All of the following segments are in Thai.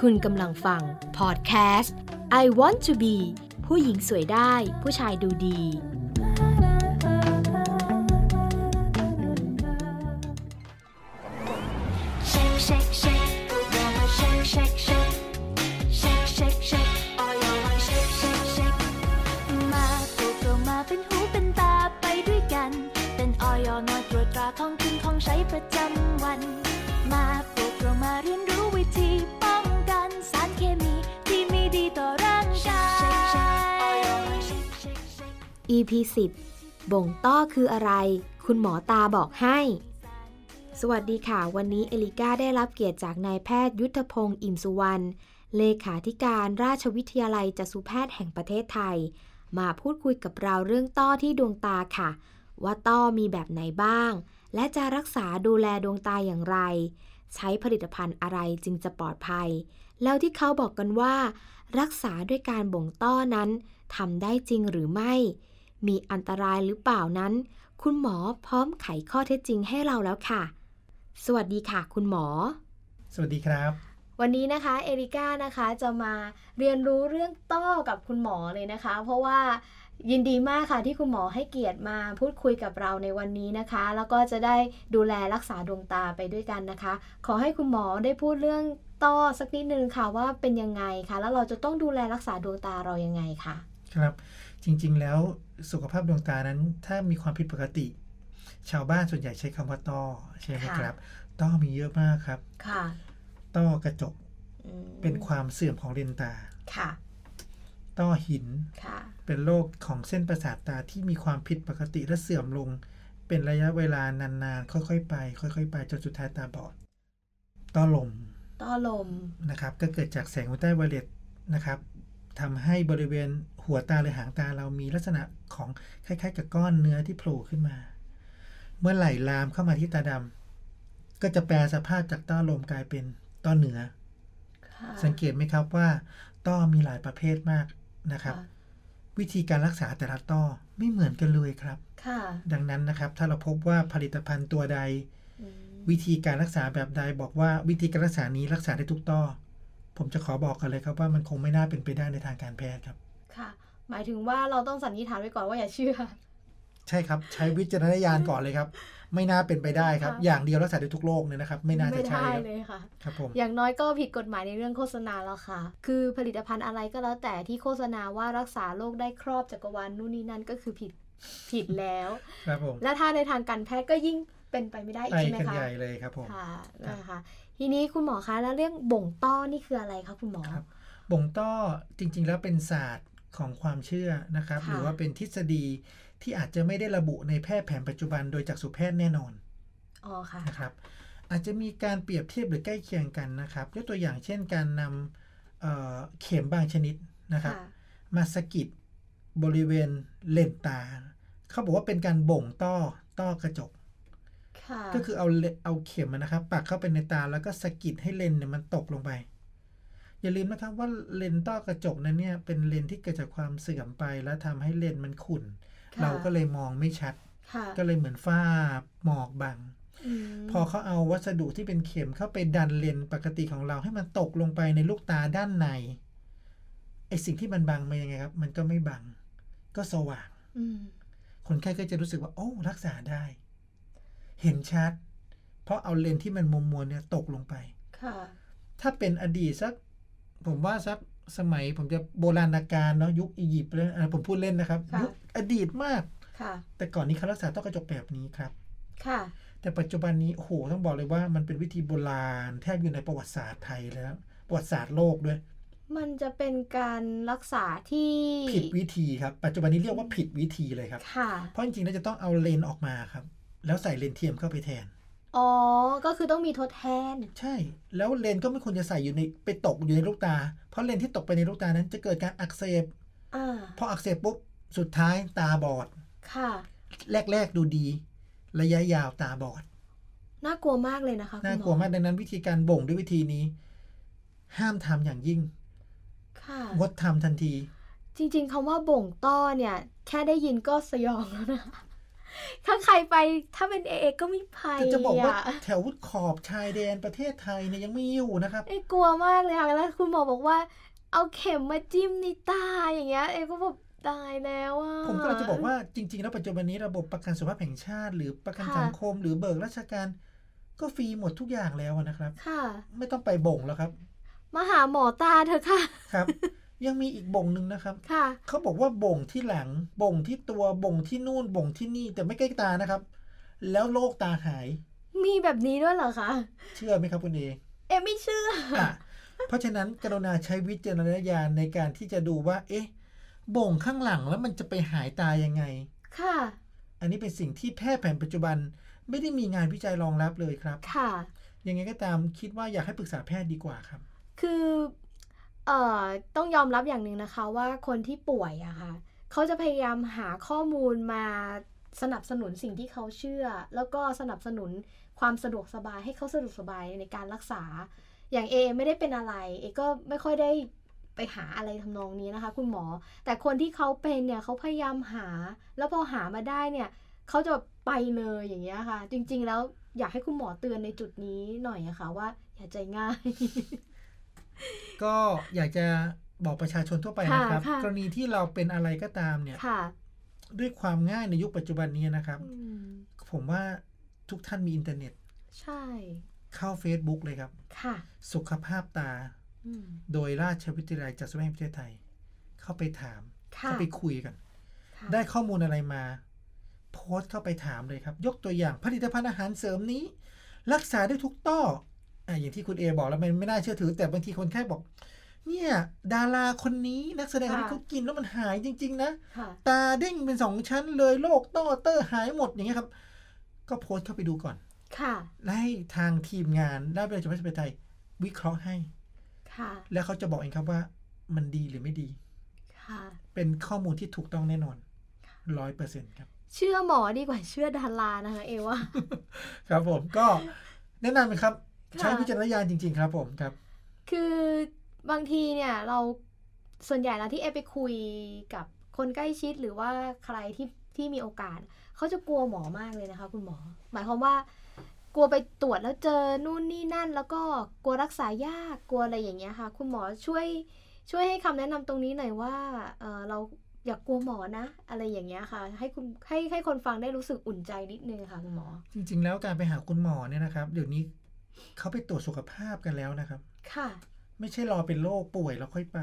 คุณกำลังฟัง พอดแคสต์ I Want to Be ผู้หญิงสวยได้ ผู้ชายดูดี Shake, shake, shake, rubber shake, shake, shake, shake, shake, shake, all your body shake, shake, shake. มาปลูกเรามาเป็นหูเป็นตาไปด้วยกัน เป็นออยอน้อยตรวจตราท้องขึ้นของใช้ประจำวัน มาปลูกเรามาเรียนรู้วิธีป้องกันสารเคมีที่มีดีต่อร่างกาย EP 10 บ่งต้อคืออะไร คุณหมอตาบอกให้ สวัสดีค่ะ วันนี้เอลิก้าได้รับเกียรติจากนายแพทย์ยุทธพงศ์อิ่มสุวรรณ เลขาธิการราชวิทยาลัยจสุแพทย์แห่งประเทศไทย มาพูดคุยกับเราเรื่องต้อที่ดวงตาค่ะ ว่าต้อมีแบบไหนบ้าง และจะรักษาดูแลดวงตาอย่างไร ใช้ผลิตภัณฑ์อะไรจึงจะปลอดภัย แล้วที่เขาบอกกันว่า รักษาด้วยการบ่งต้อนั้นทำได้จริงหรือไม่ มีอันตรายหรือเปล่านั้น คุณหมอพร้อมไขข้อเท็จจริงให้เราแล้วค่ะ สวัสดีค่ะ คุณหมอ สวัสดีครับ วันนี้นะคะเอริก้านะคะจะมาเรียนรู้เรื่องต้อกับคุณหมอเลยนะคะ เพราะว่ายินดีมากค่ะที่คุณหมอให้เกียรติมาพูดคุยกับเราในวันนี้นะคะ แล้วก็จะได้ดูแลรักษาดวงตาไปด้วยกันนะคะ ขอให้คุณหมอได้พูดเรื่องต้อสักนิดนึงค่ะว่าเป็นยังไงคะแล้วเราจะต้องดูแลรักษาดวงตาเรายังไงคะ ครับ จริงๆ แล้วสุขภาพดวงตานั้น ถ้ามีความผิดปกติ ชาวบ้านส่วนใหญ่ใช้คำว่าต้อใช่ไหมครับต้อมีเยอะมากครับ ค่ะ ต้อกระจก อืม เป็นความเสื่อมของเลนตา ค่ะ ต้อหิน ค่ะ เป็นโรคของเส้นประสาทตาที่มีความผิดปกติและเสื่อมลง เป็นระยะเวลานานๆ ค่อยๆ ไป ค่อยๆ ไปจนสุดท้ายตาบอด ต้อลม ต้อลม นะครับก็เกิดจากแสงอุลตราไวโอเลตนะครับทำให้บริเวณหัวตาหรือหางตาเรามีลักษณะของคล้ายๆ กับก้อนเนื้อที่โผล่ขึ้นมา เมื่อไหลลามเข้ามาที่ตาดำก็จะแปลสภาพจากต้อลมกลายเป็นต้อเนื้อ ค่ะ สังเกตไหมครับว่า ต้อมีหลายประเภทมากนะครับ ค่ะ วิธีการรักษาแต่ละต้อไม่เหมือนกันเลยครับ ค่ะ ดังนั้นนะครับ ถ้าเราพบว่าผลิตภัณฑ์ตัวใด อืม วิธีการรักษาแบบใดบอกว่าวิธีการรักษานี้รักษาได้ทุกต้อ ผมจะขอบอกกันเลยครับว่ามันคงไม่น่าเป็นไปได้ในทางการแพทย์ครับ ค่ะ หมายถึงว่าเราต้องสันนิษฐานไว้ก่อนว่าอย่าเชื่อ ใช่ครับ ใช้วิจารณญาณก่อนเลยครับ ไม่น่าเป็นไปได้ครับ ค่ะ อย่างเดียวรักษาได้ทุกโรคเนี่ยนะครับ ไม่น่าจะใช่ ไม่ได้ครับ เลยค่ะ ครับผม อย่างน้อยก็ผิดกฎหมายในเรื่องโฆษณาแล้วค่ะ คือผลิตภัณฑ์อะไรก็แล้วแต่ที่โฆษณาว่ารักษาโรคได้ครอบจักรวาลนู่นนี่นั่นก็คือผิดผิดแล้ว ครับผม และถ้าในทางการแพทย์ก็ยิ่งเป็นไปไม่ได้อี ไป กใช่ไหม กัน คะ ใหญ่เลยครับผม ค่ะนะคะ ทีนี้คุณหมอคะแล้วเรื่องบ่งต้อนี่คืออะไรคะคุณหมอ ครับ บ่งต้อจริงๆ แล้วเป็นศาสตร์ของความเชื่อนะครับ ค่ะ หรือว่าเป็นทฤษฎีที่อาจจะไม่ได้ระบุในแพทย์แผนปัจจุบันโดยจักษุแพทย์แน่นอน อ๋อค่ะ นะครับอาจจะมีการเปรียบเทียบหรือใกล้เคียงกันนะครับยกตัวอย่างเช่นการนำเอ่อเข็มบางชนิดนะครับมาสะกิดบริเวณเลนตา เขาบอกว่าเป็นการบ่งต้อต้อกระจก ค่ะ ก็คือเอาเลเอาเข็มอะนะครับปักเข้าไปในตาแล้วก็สะกิดให้เลนส์เนี่ยมันตกลงไป อย่าลืมนะครับว่าเลนส์ต้อกระจกนั้นเนี่ยเป็นเลนส์ที่เกิดจากความเสื่อมไป แล้วทำให้เลนส์มันขุ่น ค่ะ เราก็เลยมองไม่ชัด ค่ะ ก็เลยเหมือนฝ้าหมอกบัง ม พอเขาเอาวัสดุที่เป็นเข็มเข้าไปดันเลนส์ปกติของเราให้มันตกลงไปในลูกตาด้านในไอสิ่งที่มันบังมันยังไงครับ มันก็ไม่บัง ก็สว่าง อืม คนไข้ก็จะรู้สึกว่า โอ้รักษาได้ เห็นชัด เพราะเอาเลนส์ที่มันมวมวเนี่ยตกลงไป ค่ะ ถ้าเป็นอดีตสัก ผมว่าสักสมัย ผมจะโบราณกาลเนาะยุคอียิปต์เลยอ่ะผมพูดเล่นนะครับยุคอดีตมาก ค่ะ แต่ก่อนนี้เขารักษาต้อกระจกแบบนี้ครับ ค่ะ แต่ปัจจุบันนี้โอ้โหต้องบอกเลยว่ามันเป็นวิธีโบราณ แทบอยู่ในประวัติศาสตร์ไทยแล้ว ประวัติศาสตร์โลกด้วย มันจะเป็นการรักษาที่ ผิดวิธีครับ ปัจจุบันนี้เรียกว่าผิดวิธีเลยครับ ค่ะ เพราะจริงๆแล้วจะต้องเอาเลนส์ออกมาครับ แล้วใส่เลนส์เทียมเข้าไปแทน อ๋อ ก็คือต้องมีทดแทน ใช่ แล้วเลนส์ก็ไม่ควรจะใส่อยู่ในไปตกอยู่ในลูกตา เพราะเลนส์ที่ตกไปในลูกตานั้น จะเกิดการอักเสบ อ่า พออักเสบปุ๊บสุดท้ายตาบอด ค่ะ แรก ๆ ดูดี ระยะยาวตาบอด น่ากลัวมากเลยนะคะคุณห น่ากลัวมากดังนั้นวิธีการบ่งด้วยวิธีนี้ ห้ามทำอย่างยิ่ง ค่ะ งดทำทันที จริง ๆคำว่าบ่งต้อเนี่ย แค่ได้ยินก็สยองแล้วนะ ถ้าใครไปถ้าเป็นเอเอก็ไม่ไป แต่จะบอกว่า อะ แถวขอบชายแดนประเทศไทยเนี่ยยังไม่อยู่นะครับ เอกลัวมากเลยค่ะแล้วคุณหมอบอกว่า เอาเข็มมาจิ้มในตาอย่างเงี้ย เอก็แบบตายแล้วอ่ะ ผมก็เลยจะบอกว่าจริง ๆ แล้วปัจจุบันนี้ระบบประกันสุขภาพแห่งชาติ หรือประกัน ค่ะ สังคม หรือเบิกราชการ ก็ฟรีหมดทุกอย่างแล้วอะ นะครับ ค่ะ ไม่ต้องไปบ่งแล้วครับ มาหาหมอตาเถอะค่ะ ครับ ยังมีอีกบ่งหนึ่งนะครับ ค่ะ เขาบอกว่าบ่งที่หลัง บ่งที่ตัวบ่งที่นู่นบ่งที่นี่แต่ไม่ใกล้ตานะครับ แล้วโรคตาหาย มีแบบนี้ด้วยเหรอคะ เชื่อไหมครับคุณเอ เอไม่เชื่อ อ่ะเพราะฉะนั้นกรุณาใช้วิจารณญาณในการที่จะดูว่า เอ๊ะ บ่งข้างหลังแล้วมันจะไปหายตายังไง ค่ะ อันนี้เป็นสิ่งที่แพทย์แผนปัจจุบัน ไม่ได้มีงานวิจัยรองรับเลยครับ ค่ะ ยังไงก็ตามคิดว่าอยากให้ปรึกษาแพทย์ดีกว่าครับ คือ เอ่อ ต้องยอมรับอย่างหนึ่งนะคะ ว่าคนที่ป่วยอะค่ะ เขาจะพยายามหาข้อมูลมาสนับสนุนสิ่งที่เขาเชื่อ แล้วก็สนับสนุนความสะดวกสบายให้เขาสะดวกสบายในการรักษา อย่างเอไม่ได้เป็นอะไรเอก็ไม่ค่อยได้ไปหาอะไรทำนองนี้นะคะ คุณหมอ แต่คนที่เขาเป็นเนี่ยเขาพยายามหา แล้วพอหามาได้เนี่ยเขาจะไปเลยอย่างเงี้ยค่ะ จริง ๆ แล้วอยากให้คุณหมอเตือนในจุดนี้หน่อยนะคะว่าอย่าใจง่าย ก็อยากจะบอกประชาชนทั่วไป ค่ะ นะครับ ค่ะ กรณีที่เราเป็นอะไรก็ตามเนี่ย ค่ะ ด้วยความง่ายในยุคปัจจุบันนี้นะครับ อืม ผมว่าทุกท่านมีอินเทอร์เน็ต ใช่ เข้า Facebook เลยครับ ค่ะ สุขภาพตา อืม โดยราชวิทยาลัยจัดสมัยแห่งประเทศไทย เข้าไปถาม ค่ะ เข้าไปคุยกัน ค่ะ ได้ข้อมูลอะไรมา โพสต์เข้าไปถามเลยครับ ยกตัวอย่างผลิตภัณฑ์อาหารเสริมนี้ รักษาได้ทุกต้ออ่ะอย่างที่คุณเอบอกแล้วมันไม่น่าเชื่อถือ แต่บางทีคนไข้บอก เนี่ย ดาราคนนี้นักแสดงคนนี้เขากินแล้วมันหายจริง ๆ นะ ค่ะ ตาเด้งเป็นสองชั้นเลยโรคต้อเตอร์หายหมดอย่างเงี้ยครับ ก็โพสต์เข้าไปดูก่อน ค่ะ และให้ทางทีมงานได้ไปจดหมายสเปไทยวิเคราะห์ให้ ค่ะ แล้วเขาจะบอกเองครับว่ามันดีหรือไม่ดี ค่ะ เป็นข้อมูลที่ถูกต้องแน่นอนร้อยเปอร์เซ็นต์ครับ เชื่อหมอดีกว่าเชื่อดารานะคะเอว่า ครับผมก็แนะนำเป็นครับ ค่ะ ใช้วิจารณญาณจริง ๆ ครับผมครับ คือบางทีเนี่ยเราส่วนใหญ่แล้วที่เอไปคุยกับคนใกล้ชิดหรือว่าใครที่ที่มีโอกาส เขาจะกลัวหมอมากเลยนะคะ คุณหมอ หมายความว่า กลัวไปตรวจแล้วเจอนู่นนี่นั่น แล้วก็กลัวรักษายากกลัวอะไรอย่างเงี้ยค่ะ คุณหมอช่วยช่วยให้คำแนะนำตรงนี้หน่อยว่าเออเราอย่ากกลัวหมอนะ อะไรอย่างเงี้ยค่ะ ให้คุณให้ให้คนฟังได้รู้สึกอุ่นใจนิดนึงค่ะคุณหมอ จริง ๆ แล้วการไปหาคุณหมอเนี่ยนะครับ เดี๋ยวนี้เขาไปตรวจสุขภาพกันแล้วนะครับ ค่ะ ไม่ใช่รอเป็นโรคป่วยแล้วค่อยไป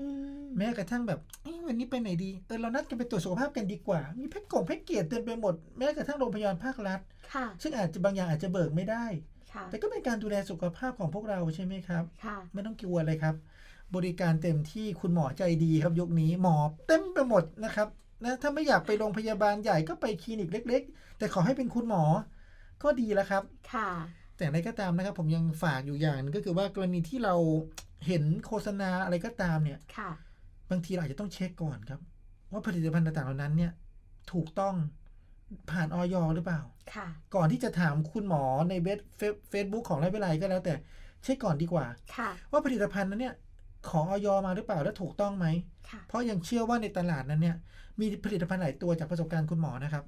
อืม แม้กระทั่งแบบเอ้ยวันนี้ไปไหนดีเออเรานัดกันไปตรวจสุขภาพกันดีกว่า มีแพ็กกงแพ็กเกจเต็มไปหมดแม้กระทั่งโรงพยาบาลภาครัฐ ค่ะ ซึ่งอาจจะบางอย่างอาจจะเบิกไม่ได้ ค่ะ แต่ก็เป็นการดูแลสุขภาพของพวกเราใช่ไหมครับ ค่ะ ไม่ต้องกลัวเลยครับ บริการเต็มที่คุณหมอใจดีครับยุคนี้หมอเต็มไปหมดนะครับนะถ้าไม่อยากไปโรงพยาบาลใหญ่ก็ไปคลินิกเล็ก ๆ แต่ขอให้เป็นคุณหมอก็ดีแล้วครับ ค่ะ แต่อะไรก็ตามนะครับ ผมยังฝากอยู่อย่างหนึงก็คือว่ากรณีที่เราเห็นโฆษณาอะไรก็ตามเนี่ย ค่ะ บางทีเราอาจจะต้องเช็คก่อนครับ ว่าผลิตภัณฑ์ต่างๆเหล่านั้นเนี่ย ถูกต้องผ่านออยหรือเปล่า ค่ะ ก่อนที่จะถามคุณหมอในเว็บเฟซบุ๊กของไร้เวลาก็แล้วแต่เช็คก่อนดีกว่า ค่ะ ว่าผลิตภัณฑ์นั้นเนี่ยของออยมาหรือเปล่าและถูกต้องไหม ค่ะ เพราะยังเชื่อว่าในตลาดนั้นเนี่ยมีผลิตภัณฑ์หลายตัวจากประสบการณ์คุณหมอนะครับ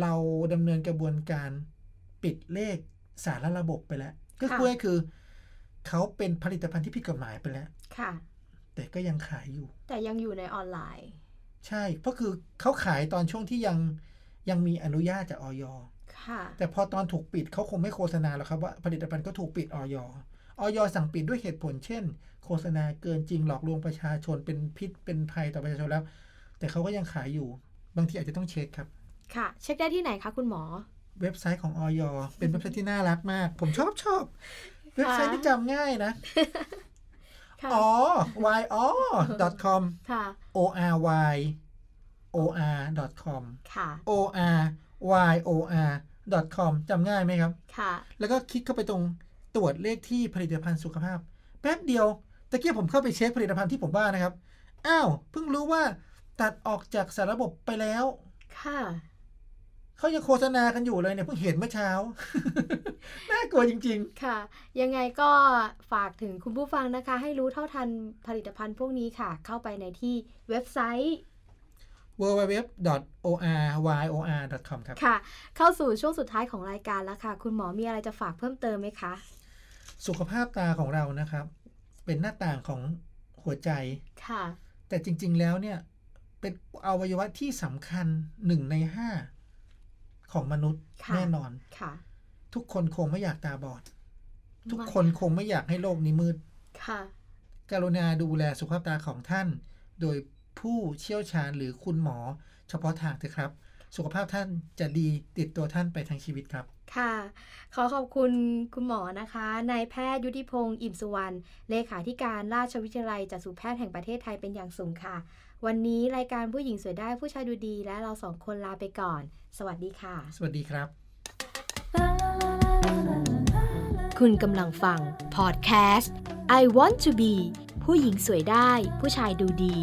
เราดำเนินกระบวนการปิดเลขสารระบบไปแล้ว ก็ ค่ะ คือคือ เขาเป็นผลิตภัณฑ์ที่ผิดกฎหมายไปแล้ว ค่ะ แต่ก็ยังขายอยู่ แต่ยังอยู่ในออนไลน์ ใช่ เพราะคือเขาขายตอนช่วงที่ยังยังมีอนุญาตจากออย ค่ะ แต่พอตอนถูกปิดเขาคงไม่โฆษณาแล้วครับว่าผลิตภัณฑ์ก็ถูกปิดออยออยสั่งปิดด้วยเหตุผล เช่น โฆษณาเกินจริงหลอกลวงประชาชนเป็นพิษเป็นภัยต่อประชาชนแล้ว แต่เขาก็ยังขายอยู่ บางทีอาจจะต้องเช็คครับ ค่ะ เช็คได้ที่ไหนคะคุณหมอ เว็บไซต์ของออยเป็นเว็บไซต์ที่น่ารักมาก ผมชอบชอบ เว็บไซต์ที่จำง่ายนะ ค่ะ อ๋อ y o com ค่ะ o r y o r com ค่ะ o r y o r com จำง่ายไหมครับ ค่ะ แล้วก็คลิกเข้าไปตรงตรวจเลขที่ผลิตภัณฑ์สุขภาพ แป๊บเดียวตะเกียบผมเข้าไปเช็คผลิตภัณฑ์ที่ผมว่านะครับ อ้าว เพิ่งรู้ว่าตัดออกจากสารระบบไปแล้ว ค่ะ เขายังโฆษณากันอยู่เลยเนี่ยเพิ่งเห็นเมื่อเช้า น่ากลัวจริง ค่ะ ยังไงก็ฝากถึงคุณผู้ฟังนะคะ ให้รู้เท่าทันผลิตภัณฑ์พวกนี้ค่ะ เข้าไปในที่เว็บไซต์ www.oryor.com ครับ ค่ะ เข้าสู่ช่วงสุดท้ายของรายการแล้วค่ะ คุณหมอมีอะไรจะฝากเพิ่มเติมไหมคะ สุขภาพตาของเรานะครับ เป็นหน้าต่างของหัวใจ ค่ะ แต่จริง ๆ แล้วเนี่ย เป็นอวัยวะที่สำคัญหนึ่งในห้าของมนุษย์ ค่ะ แน่นอน ค่ะ ทุกคนคงไม่อยากตาบอด ทุกคนคงไม่อยากให้โลกนี้มืด ค่ะ กรุณาดูแลสุขภาพตาของท่าน โดยผู้เชี่ยวชาญหรือคุณหมอ เฉพาะทางเถอะครับ สุขภาพท่านจะดีติดตัวท่านไปทั้งชีวิตครับ ค่ะ ขอขอบคุณคุณหมอนะคะ นายแพทย์ยุทธิพงศ์อิ่มสุวรรณ เลขาธิการราชวิทยาลัยจักษุแพทย์แห่งประเทศไทยเป็นอย่างสูงค่ะ วันนี้รายการผู้หญิงสวยได้ผู้ชายดูดีและเราสองคนลาไปก่อน สวัสดีค่ะ สวัสดีครับ คุณกำลังฟังพอดแคสต์ I want to be ผู้หญิงสวยได้ผู้ชายดูดี